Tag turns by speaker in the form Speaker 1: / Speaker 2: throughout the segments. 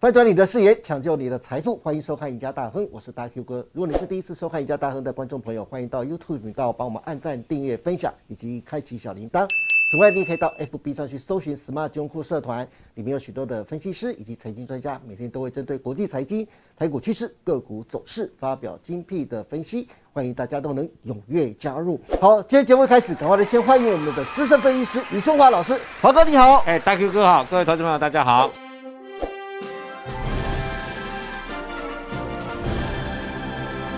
Speaker 1: 翻转你的视野，抢救你的财富，欢迎收看《赢家大亨》，我是大 Q 哥。如果你是第一次收看《赢家大亨》的观众朋友，欢迎到 YouTube 频道帮我们按赞、订阅、分享以及开启小铃铛。此外，你也可以到 FB 上去搜寻 Smart 金融库社团，里面有许多的分析师以及财经专家，每天都会针对国际财经、台股趋势、个股走势发表精辟的分析，欢迎大家都能踊跃加入。好，今天节目开始，赶快来先欢迎我们的资深分析师李春华老师，华哥你好。
Speaker 2: 哎，大 Q 哥好，各位投资朋友大家好。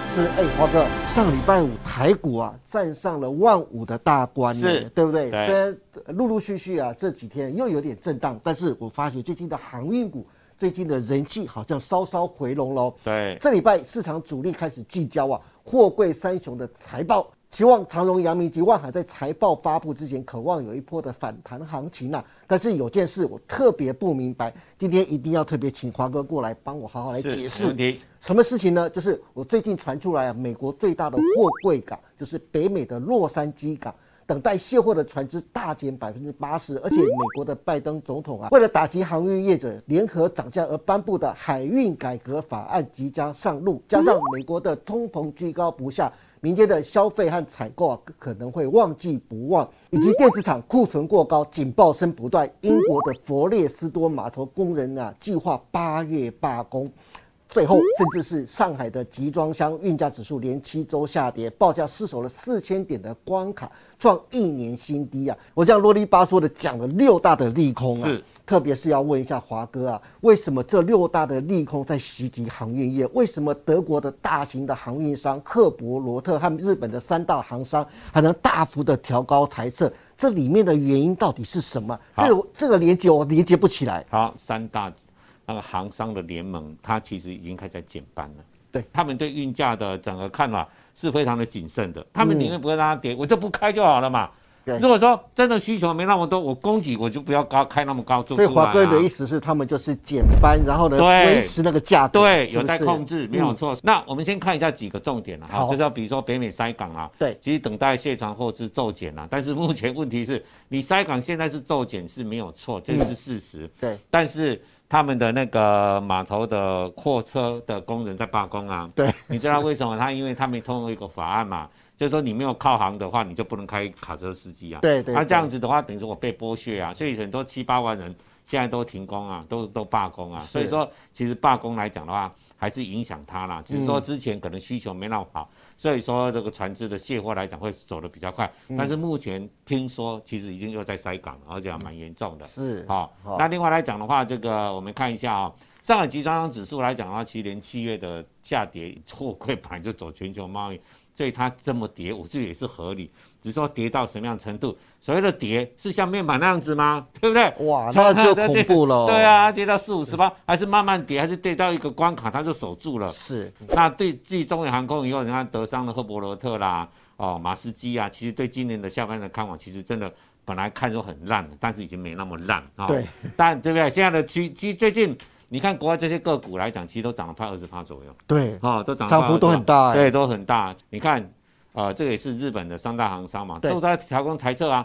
Speaker 1: 是哎，华哥，上礼拜五台股啊站上了万五的大关呢，
Speaker 2: 是
Speaker 1: 对不对？
Speaker 2: 对
Speaker 1: 虽然呃陆陆续续啊这几天又有点震荡，但是我发觉最近的航运股最近的人气好像稍稍回笼喽。
Speaker 2: 对，
Speaker 1: 这礼拜市场主力开始聚焦啊，货柜三雄的财报，期望长荣、阳明及万海在财报发布之前，渴望有一波的反弹行情啊。但是有件事我特别不明白，今天一定要特别请华哥过来帮我好好来
Speaker 2: 是
Speaker 1: 解
Speaker 2: 没
Speaker 1: 释
Speaker 2: 问。题。
Speaker 1: 什么事情呢？就是我最近传出来啊，美国最大的货柜港就是北美的洛杉矶港，等待卸货的船只大减百分之八十，而且美国的拜登总统啊，为了打击航运业者联合涨价而颁布的海运改革法案即将上路，加上美国的通膨居高不下。民间的消费和采购啊，可能会忘记不忘，以及电子厂库存过高，警报声不断。英国的佛列斯多码头工人啊，计划八月罢工。最后，甚至是上海的集装箱运价指数连七周下跌，报价失守了四千点的关卡，创一年新低啊！我这样啰里吧嗦的讲了六大的利空啊
Speaker 2: 是，
Speaker 1: 特别是要问一下华哥啊，为什么这六大的利空在袭击航运业？为什么德国的大型的航运商赫伯罗特和日本的三大航商还能大幅的调高台测？这里面的原因到底是什么？这个这个连接我连接不起来。
Speaker 2: 好，三大那个航商的联盟，它其实已经开始在减班了。
Speaker 1: 对，
Speaker 2: 他们对运价的整个看法是非常的谨慎的，他们宁愿不会让它跌，我就不开就好了嘛。
Speaker 1: 嗯对
Speaker 2: 如果说真的需求没那么多，我供给我就不要高开那么高，做出
Speaker 1: 所以
Speaker 2: 来、啊。
Speaker 1: 华哥的意思是，他们就是减班，然后呢
Speaker 2: 对
Speaker 1: 维持那个价格，
Speaker 2: 对，
Speaker 1: 是
Speaker 2: 有
Speaker 1: 不
Speaker 2: 待
Speaker 1: 是
Speaker 2: 控制，没有错。那我们先看一下几个重点了哈，
Speaker 1: 好
Speaker 2: 就是要比如说北美塞港啊，
Speaker 1: 对
Speaker 2: 其实等待卸船后是骤减啊，但是目前问题是你塞港现在是骤减是没有错，这
Speaker 1: 嗯
Speaker 2: 是事实。
Speaker 1: 对
Speaker 2: 但是他们的那个码头的货车的工人在罢工啊，
Speaker 1: 对，
Speaker 2: 你知道为什么？他因为他们通过一个法案嘛，就是说你没有靠航的话，你就不能开卡车司机啊。
Speaker 1: 对对
Speaker 2: 那、
Speaker 1: 对
Speaker 2: 这样子的话，等于说我被剥削啊，所以很多七八万人现在都停工啊，都都罢工啊。
Speaker 1: 是
Speaker 2: 所以说，其实罢工来讲的话，还是影响他啦。只是
Speaker 1: 嗯
Speaker 2: 说之前可能需求没那么好，所以说这个船只的卸货来讲会走得比较快。
Speaker 1: 嗯
Speaker 2: 但是目前听说，其实已经又在塞港了，而且还蛮严重的。
Speaker 1: 是
Speaker 2: 好、
Speaker 1: 好
Speaker 2: 那另外来讲的话，这个我们看一下啊、上海集装箱指数来讲的话，其实连七月的下跌，货柜盘就走全球贸易，所以它这么跌，我觉得也是合理。只是说跌到什么样的程度，所谓的跌是像面板那样子吗？对不 对？
Speaker 1: 哇，
Speaker 2: 从
Speaker 1: 那就恐怖了、
Speaker 2: 对，啊，跌到四五十八，还是慢慢跌，还是跌到一个关卡，它就守住了。
Speaker 1: 是
Speaker 2: 那对继中远航空以后，你看德商的赫伯罗特啦，哦，马斯基啊，其实对今年的下半年的看法，其实真的本来看说很烂，但是已经没那么烂啊。
Speaker 1: 对，
Speaker 2: 但对不对？现在的趋，其实最近你看国外这些个股来讲，其实都涨了快二十趴左右，
Speaker 1: 对，
Speaker 2: 哦，都涨了快
Speaker 1: 涨幅都
Speaker 2: 20%
Speaker 1: 很大、哎，
Speaker 2: 对，都很大。你看，呃，这个也是日本的三大行商嘛，
Speaker 1: 对
Speaker 2: 都在调控财测啊，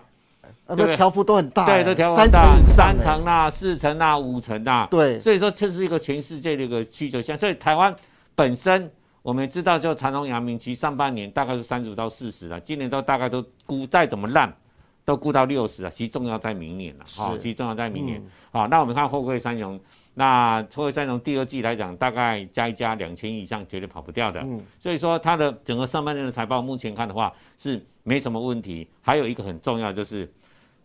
Speaker 1: 啊，那
Speaker 2: 对不对
Speaker 1: 条幅都很大、
Speaker 2: 对，
Speaker 1: 哎
Speaker 2: 都调控
Speaker 1: 三
Speaker 2: 大
Speaker 1: 成以上、
Speaker 2: 三
Speaker 1: 哎
Speaker 2: 成啊、四成啊、五成啊，
Speaker 1: 对
Speaker 2: 所以说这是一个全世界的一个需求项。所以台湾本身我们知道，就长荣、阳明，其实上半年大概是三十到四十了，今年都大概都估再怎么烂。都估到六十了，其实重要在明年了，
Speaker 1: 是嗯
Speaker 2: 哦，其实重要在明年。好、那我们看货柜三雄，那货柜三雄第二季来讲，大概加一加两千以上，绝对跑不掉的。
Speaker 1: 嗯
Speaker 2: 所以说它的整个上半年的财报，目前看的话是没什么问题。还有一个很重要就是，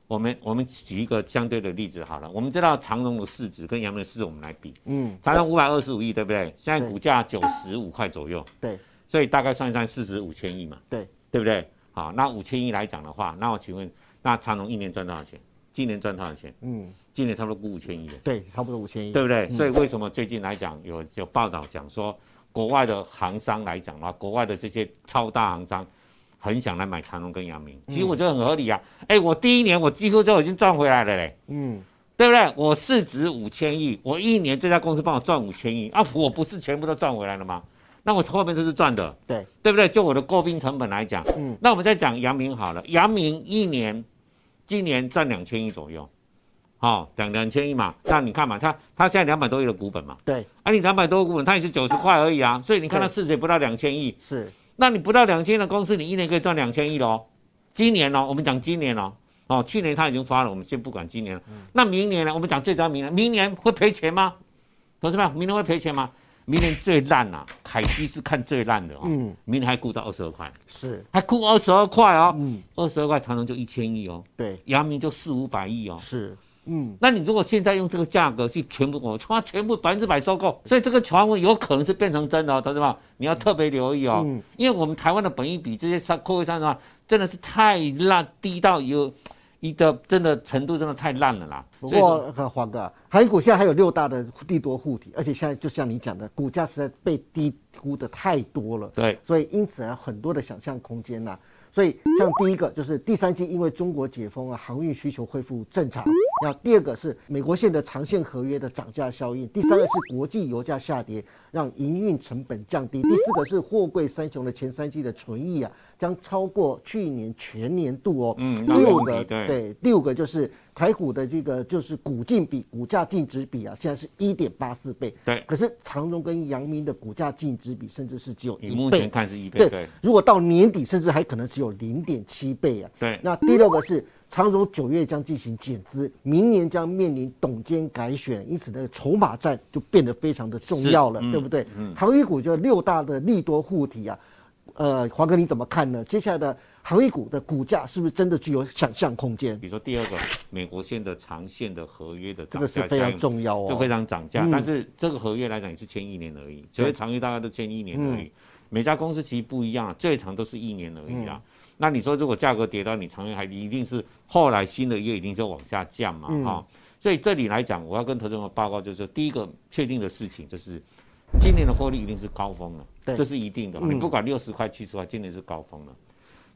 Speaker 2: 我们我们举一个相对的例子好了，我们知道长荣的市值跟阳明的市值我们来比，
Speaker 1: 嗯，
Speaker 2: 长荣五百二十五亿，对不对？现在
Speaker 1: 对
Speaker 2: 股价九十五块左右，
Speaker 1: 对，
Speaker 2: 所以大概算一算四十五千亿嘛，
Speaker 1: 对，
Speaker 2: 对不对？好，那五千亿来讲的话，那我请问，那长荣一年赚多少钱？今年赚多少钱？
Speaker 1: 嗯，
Speaker 2: 今年差不多估五千亿了。
Speaker 1: 对，差不多五千亿，
Speaker 2: 对不对？所以为什么最近来讲有有报道讲说，国外的行商来讲啊，国外的这些超大行商很想来买长隆跟阳明，其实
Speaker 1: 嗯
Speaker 2: 我觉得很合理啊。哎、我第一年我几乎就已经赚回来了嘞，
Speaker 1: 嗯，
Speaker 2: 对不对？我市值五千亿，我一年这家公司帮我赚五千亿啊，我不是全部都赚回来了吗？那我后面就是赚的，
Speaker 1: 对，
Speaker 2: 对不对？就我的诟病成本来讲，
Speaker 1: 嗯
Speaker 2: 嗯，那我们再讲阳明好了，阳明一年今年赚两千亿左右，哦，两两千亿嘛，那你看嘛，它它现在两百多亿的股本嘛，
Speaker 1: 对，
Speaker 2: 啊，你两百多股本，它也是九十块而已啊，所以你看它
Speaker 1: 对
Speaker 2: 市值也不到两千亿，
Speaker 1: 是，
Speaker 2: 那你不到两千的公司，你一年可以赚两千亿喽。今年哦，我们讲今年哦，哦，去年它已经发了，我们先不管今年了。那明年呢？我们讲最早明年，明年会赔钱吗？同志们，明年会赔钱吗？明年最烂啊，凯基是看最烂的哦。
Speaker 1: 嗯
Speaker 2: 明年还估到二十二块，
Speaker 1: 是，
Speaker 2: 还估二十二块哦。
Speaker 1: 嗯，
Speaker 2: 二十二块长隆就一千亿哦，
Speaker 1: 对，
Speaker 2: 阳明就四五百亿哦。
Speaker 1: 是，嗯，
Speaker 2: 那你如果现在用这个价格去全部，我它全部百分之百收购，所以这个传闻有可能是变成真的哦，同志们，你要特别留意哦，
Speaker 1: 嗯
Speaker 2: 因为我们台湾的本益比这些三扣位三的话，真的是太烂，低到有一的真的程度真的太烂了啦。
Speaker 1: 不
Speaker 2: 所以说
Speaker 1: 过呃黄哥啊，韩股现在还有六大的利多护体，而且现在就像你讲的，股价实在被低估的太多了。
Speaker 2: 对，
Speaker 1: 所以因此啊，很多的想象空间呐、所以像第一个就是第三季，因为中国解封啊，航运需求恢复正常。那第二个是美国线的长线合约的涨价效应，第三个是国际油价下跌，让营运成本降低。第四个是货柜三雄的前三季的存益啊，将超过去年全年度哦。
Speaker 2: 嗯那没
Speaker 1: 六
Speaker 2: 问
Speaker 1: 个
Speaker 2: 题对
Speaker 1: 对，六个就是台股的这个就是股净比股价净值比啊，现在是一点八四倍。
Speaker 2: 对
Speaker 1: 可是长荣跟阳明的股价净值比甚至是只有
Speaker 2: 以
Speaker 1: 一
Speaker 2: 目前
Speaker 1: 倍。
Speaker 2: 看是一
Speaker 1: 嗯
Speaker 2: 倍，
Speaker 1: 对，
Speaker 2: 对
Speaker 1: 如果到年底，甚至还可能只有零点七倍啊。
Speaker 2: 对
Speaker 1: 那第六个是长荣九月将进行减资，明年将面临董监改选，因此呢，筹码战就变得非常的重要了，
Speaker 2: 是嗯
Speaker 1: 对不对？航运股就六大的利多护体啊，呃，华哥你怎么看呢？接下来的航运股的股价是不是真的具有想象空间？
Speaker 2: 比如说第二个，美国线的长线的合约的
Speaker 1: 这
Speaker 2: 涨
Speaker 1: 个
Speaker 2: 价
Speaker 1: 是
Speaker 2: 效应，
Speaker 1: 非常重要
Speaker 2: 就
Speaker 1: 哦
Speaker 2: 非。常涨价。
Speaker 1: 嗯
Speaker 2: 但是这个合约来讲也是签一年而已，所以长约大概都签一年
Speaker 1: 嗯
Speaker 2: 而已。每家公司其实不一样，最长都是一年而已
Speaker 1: 嗯
Speaker 2: 啦。那你说如果价格跌到你长约还一定是后来新的约一定就往下降嘛
Speaker 1: 嗯
Speaker 2: 哈、所以这里来讲，我要跟投资人报告就是说，第一个确定的事情就是今年的获利一定是高峰
Speaker 1: 对
Speaker 2: 了，这是一定的。
Speaker 1: 嗯
Speaker 2: 你不管六十块七十块，今年是高峰了。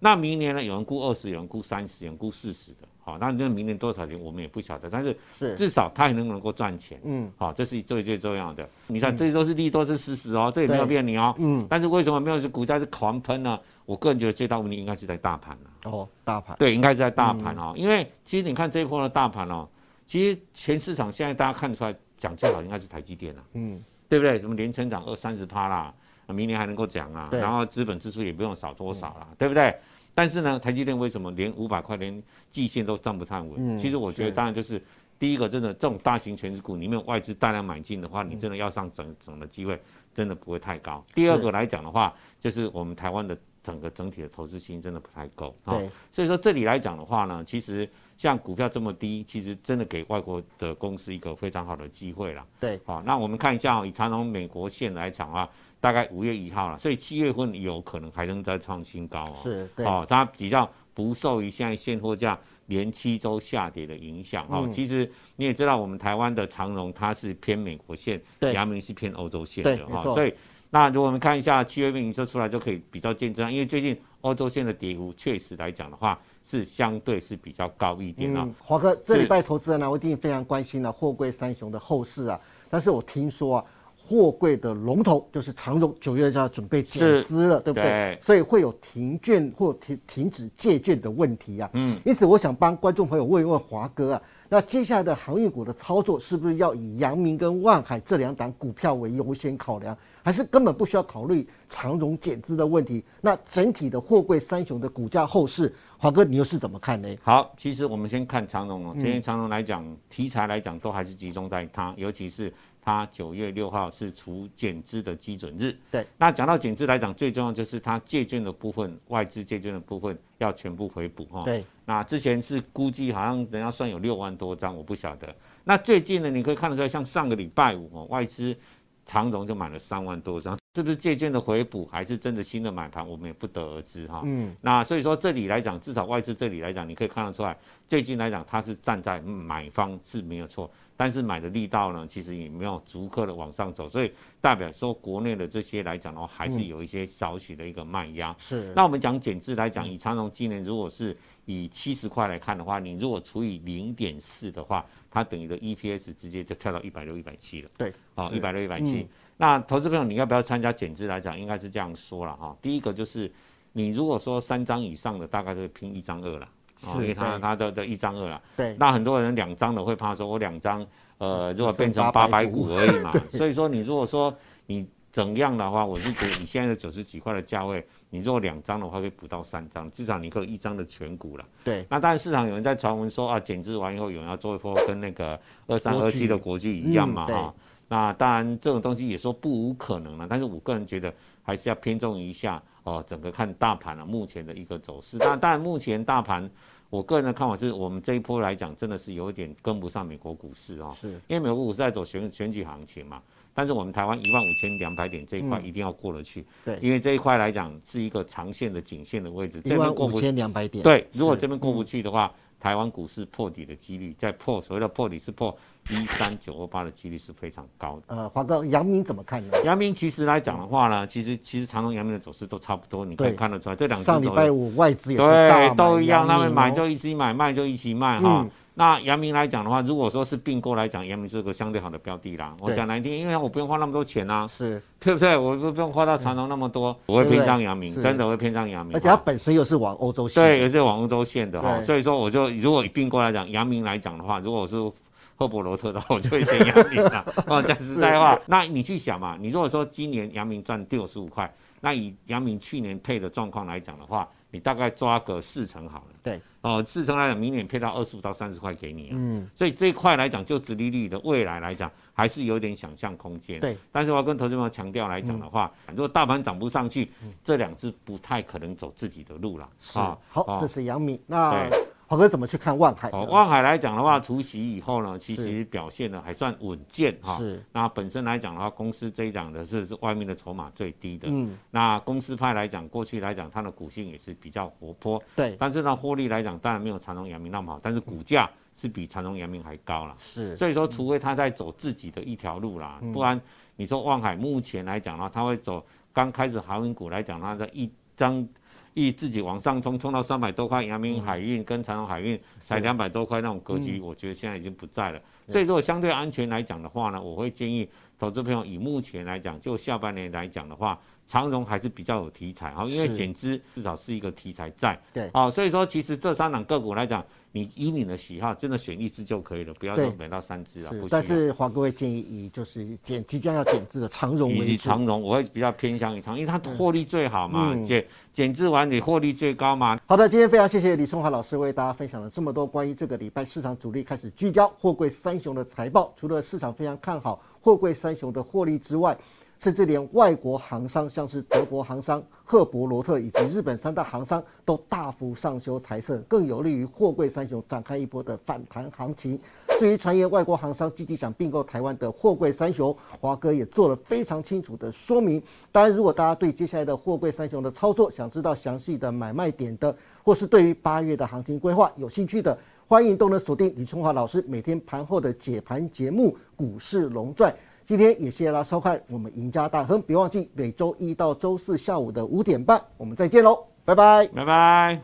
Speaker 2: 那明年呢？有人估二十，有人估三十，有人估四十的。好，那那明年多少钱我们也不晓得，但是
Speaker 1: 是，
Speaker 2: 至少它还能能够赚钱。
Speaker 1: 嗯
Speaker 2: 好、这是最最重要的。你看，这都是利多，是事实哦，这也没有
Speaker 1: 对
Speaker 2: 骗你哦。
Speaker 1: 嗯，
Speaker 2: 但是为什么没有是股价是狂喷呢？我个人觉得最大问题应该是在大盘了、
Speaker 1: 哦，大盘
Speaker 2: 对，应该是在大盘
Speaker 1: 嗯
Speaker 2: 哦，因为其实你看这一波的大盘哦，其实全市场现在大家看出来讲最好应该是台积电啊了、
Speaker 1: 嗯，
Speaker 2: 对不对？什么连成长二三十趴啦，明年还能够讲啊，
Speaker 1: 对嗯
Speaker 2: 然后资本支出也不用少多少啦，对不对？但是呢，台积电为什么连五百块连季线都站不站稳？
Speaker 1: 嗯
Speaker 2: 其实我觉得
Speaker 1: 是
Speaker 2: 当然就是第一个，真的这种大型全职股里面外资大量买进的话，
Speaker 1: 嗯
Speaker 2: 你真的要上整整的机会真的不会太高。第二个来讲的话，就是我们台湾的整个整体的投资性真的不太够啊。
Speaker 1: 对，
Speaker 2: 所以说这里来讲的话呢，其实像股票这么低，其实真的给外国的公司一个非常好的机会啦。
Speaker 1: 对，
Speaker 2: 好、那我们看一下、哦，以长荣美国线来讲啊，大概五月一号了，所以七月份有可能还能再创新高哦。
Speaker 1: 是，对，
Speaker 2: 哦，它比较不受于现在现货价连七周下跌的影响哦。
Speaker 1: 嗯
Speaker 2: 其实你也知道，我们台湾的长荣它是偏美国线，
Speaker 1: 对
Speaker 2: 阳明是偏欧洲线
Speaker 1: 对
Speaker 2: 的啊
Speaker 1: 没错
Speaker 2: 所以那如果我们看一下七月份营收出来，就可以比较见证，因为最近欧洲线的跌幅确实来讲的话是相对是比较高一点啊。
Speaker 1: 嗯，华哥，这
Speaker 2: 是
Speaker 1: 礼拜投资人啊呢、我一定非常关心了、货柜三雄的后市啊。但是我听说啊，货柜的龙头就是长荣，九月就要准备减
Speaker 2: 是
Speaker 1: 资了，对不对？
Speaker 2: 对
Speaker 1: 所以会有停券或停停止借券的问题啊。嗯，因此我想帮观众朋友问一问华哥啊，那接下来的航运股的操作是不是要以阳明跟万海这两档股票为优先考量，还是根本不需要考虑长荣减资的问题？那整体的货柜三雄的股价后市，华哥你又是怎么看呢？
Speaker 2: 好，其实我们先看长隆哦，今天长隆来讲，题材来讲都还是集中在它，尤其是它九月六号是除减资的基准日。
Speaker 1: 对，
Speaker 2: 那讲到减资来讲，最重要就是它借券的部分，外资借券的部分要全部回补哦哈。
Speaker 1: 对，
Speaker 2: 那之前是估计好像人家算有六万多张，我不晓得。那最近呢，你可以看得出来，像上个礼拜五哦，外资长荣就买了三万多张，是不是借券的回补，还是真的新的买盘，我们也不得而知哈。
Speaker 1: 嗯，
Speaker 2: 那所以说这里来讲，至少外资这里来讲，你可以看得出来，最近来讲它是站在买方是没有错，但是买的力道呢，其实也没有逐客的往上走，所以代表说国内的这些来讲的话，哦还是有一些少许的一个卖压。
Speaker 1: 是。
Speaker 2: 那我们讲减资来
Speaker 1: 嗯
Speaker 2: 讲，以长荣今年如果是以七十块来看的话，你如果除以零点四的话，它等于的 EPS 直接就跳到一百六、一百七了。
Speaker 1: 对，
Speaker 2: 好，
Speaker 1: 是嗯
Speaker 2: 一百六、一百七。那投资朋友，你要不要参加减资来讲，应该是这样说了哈。第一个就是，你如果说三张以上的，大概就拼一张二了。哦，因为它
Speaker 1: 对
Speaker 2: 它的的一张二啦。
Speaker 1: 对，
Speaker 2: 那很多人两张的会怕说，我两张，呃，
Speaker 1: 只
Speaker 2: 如果变成
Speaker 1: 剩
Speaker 2: 八
Speaker 1: 800
Speaker 2: 百股而 已嘛。所以说，你如果说你怎样的话，我是觉得你现在的九十几块的价位，你如果两张的话，会补到三张，至少你可以有一张的全股了。
Speaker 1: 对
Speaker 2: 那当然，市场有人在传闻说啊，减资完以后有人要做一波跟那个二三二七的国巨一样嘛
Speaker 1: 嗯对
Speaker 2: 哈、那当然，这种东西也说不无可能啊了，但是我个人觉得还是要偏重一下哦、整个看大盘啊、目前的一个走势。那当然，目前大盘，我个人的看法是我们这一波来讲，真的是有一点跟不上美国股市哦，
Speaker 1: 是，
Speaker 2: 因为美国股市在走选选举行情嘛。但是我们台湾一万五千两百点这一块一定要过得去，
Speaker 1: 嗯对
Speaker 2: 因为这一块来讲是一个长线的颈线的位置，
Speaker 1: 一
Speaker 2: 这边
Speaker 1: 万
Speaker 2: 过
Speaker 1: 五
Speaker 2: 不
Speaker 1: 千两百点，
Speaker 2: 对，如果
Speaker 1: 是嗯
Speaker 2: 这边过不去的话，台湾股市破底的几率，在破所谓的破底是破一三九二八的几率是非常高的。
Speaker 1: 呃，黄哥，杨明怎么看呢？
Speaker 2: 阳明其实来讲的话呢，其实其实长隆、阳明的走势都差不多，你可以
Speaker 1: 对
Speaker 2: 看得出来，这两只
Speaker 1: 上礼
Speaker 2: 走
Speaker 1: 拜
Speaker 2: 的
Speaker 1: 五外资也是大买
Speaker 2: 对都一样，
Speaker 1: 阳
Speaker 2: 他
Speaker 1: 明
Speaker 2: 们买
Speaker 1: 哦
Speaker 2: 就一起买，卖就一起卖哈。
Speaker 1: 嗯
Speaker 2: 那阳明来讲的话，如果说是并购来讲，阳明是个相对好的标的啦。我
Speaker 1: 对
Speaker 2: 讲难听，因为我不用花那么多钱啊，
Speaker 1: 是，
Speaker 2: 对不对？我不不用花到长隆那么多，我
Speaker 1: 对
Speaker 2: 会
Speaker 1: 不对
Speaker 2: 偏向阳明，
Speaker 1: 是
Speaker 2: 真的会偏向阳明。
Speaker 1: 而且它本身又是往欧洲线，
Speaker 2: 对，，也是往欧洲线的哈，
Speaker 1: 对
Speaker 2: 所以说我就如果以并购来讲，阳明来讲的话，如果我是赫伯罗特的话，我就会选阳明 了。哦，讲实在话，那你去想嘛，你如果说今年阳明赚六十五块，那以阳明去年配的状况来讲的话，你大概抓个四成好了。
Speaker 1: 对，
Speaker 2: 哦，四成来讲，明年配到二十五到三十块给你啊。
Speaker 1: 嗯，
Speaker 2: 所以这一块来讲，就直利率的未来来讲，还是有点想象空间。
Speaker 1: 对，嗯
Speaker 2: 但是我要跟投资朋友强调来讲的话，如果大盘涨不上去，这两只不太可能走自己的路了。
Speaker 1: 是
Speaker 2: 啊，
Speaker 1: 好
Speaker 2: 哦，
Speaker 1: 这是杨明。那
Speaker 2: 对
Speaker 1: 黄哥怎么去看万海呢？
Speaker 2: 哦，望海来讲的话，除息以后呢，其实
Speaker 1: 嗯是
Speaker 2: 表现的还算稳健哈。
Speaker 1: 是
Speaker 2: 那本身来讲的话，公司这一档的是是外面的筹码最低的。
Speaker 1: 嗯，
Speaker 2: 那公司派来讲，过去来讲它的股性也是比较活泼，
Speaker 1: 对，
Speaker 2: 但是呢，获利来讲当然没有长荣、阳明那么好，但是股价是比长荣、阳明还高了。
Speaker 1: 是嗯
Speaker 2: 所以说，除非他在走自己的一条路啦，不然你说望海目前来讲呢，他会走刚开始航运股来讲，它的一张一自己往上冲，冲到三百多块，阳明海
Speaker 1: 嗯
Speaker 2: 运跟长荣海运才两百多块那种格局，我觉得现在已经不在了。所以如果相对安全来讲的话呢，我会建议投资朋友以目前来讲，就下半年来讲的话，长荣还是比较有题材哈，因为
Speaker 1: 是
Speaker 2: 减资至少是一个题材在。
Speaker 1: 对
Speaker 2: 哦，所以说其实这三档个股来讲，你以你的喜好，真的选一只就可以了，不要说
Speaker 1: 对
Speaker 2: 买到三只啊，不需
Speaker 1: 是
Speaker 2: 要。，
Speaker 1: 但是黄哥会建议以就是减即将要减资的长荣
Speaker 2: 以及
Speaker 1: 为主，嗯
Speaker 2: 长荣，我会比较偏向于长，因为它获利最好嘛，减减资完你获利最高嘛，
Speaker 1: 好的，今天非常谢谢李松华老师为大家分享了这么多关于这个礼拜市场主力开始聚焦货柜三雄的财报。除了市场非常看好货柜三雄的获利之外，甚至连外国航商，像是德国航商、赫伯罗特以及日本三大航商都大幅上修财测，更有利于货柜三雄展开一波的反弹行情。至于传言外国航商积极想并购台湾的货柜三雄，华哥也做了非常清楚的说明。当然，如果大家对接下来的货柜三雄的操作想知道详细的买卖点的，或是对于八月的行情规划有兴趣的，欢迎都能锁定李春华老师每天盘后的解盘节目《股市龙传》。今天也谢谢大家收看我们赢家大亨，别忘记每周一到周四下午的五点半，我们再见喽，拜拜。
Speaker 2: 拜拜。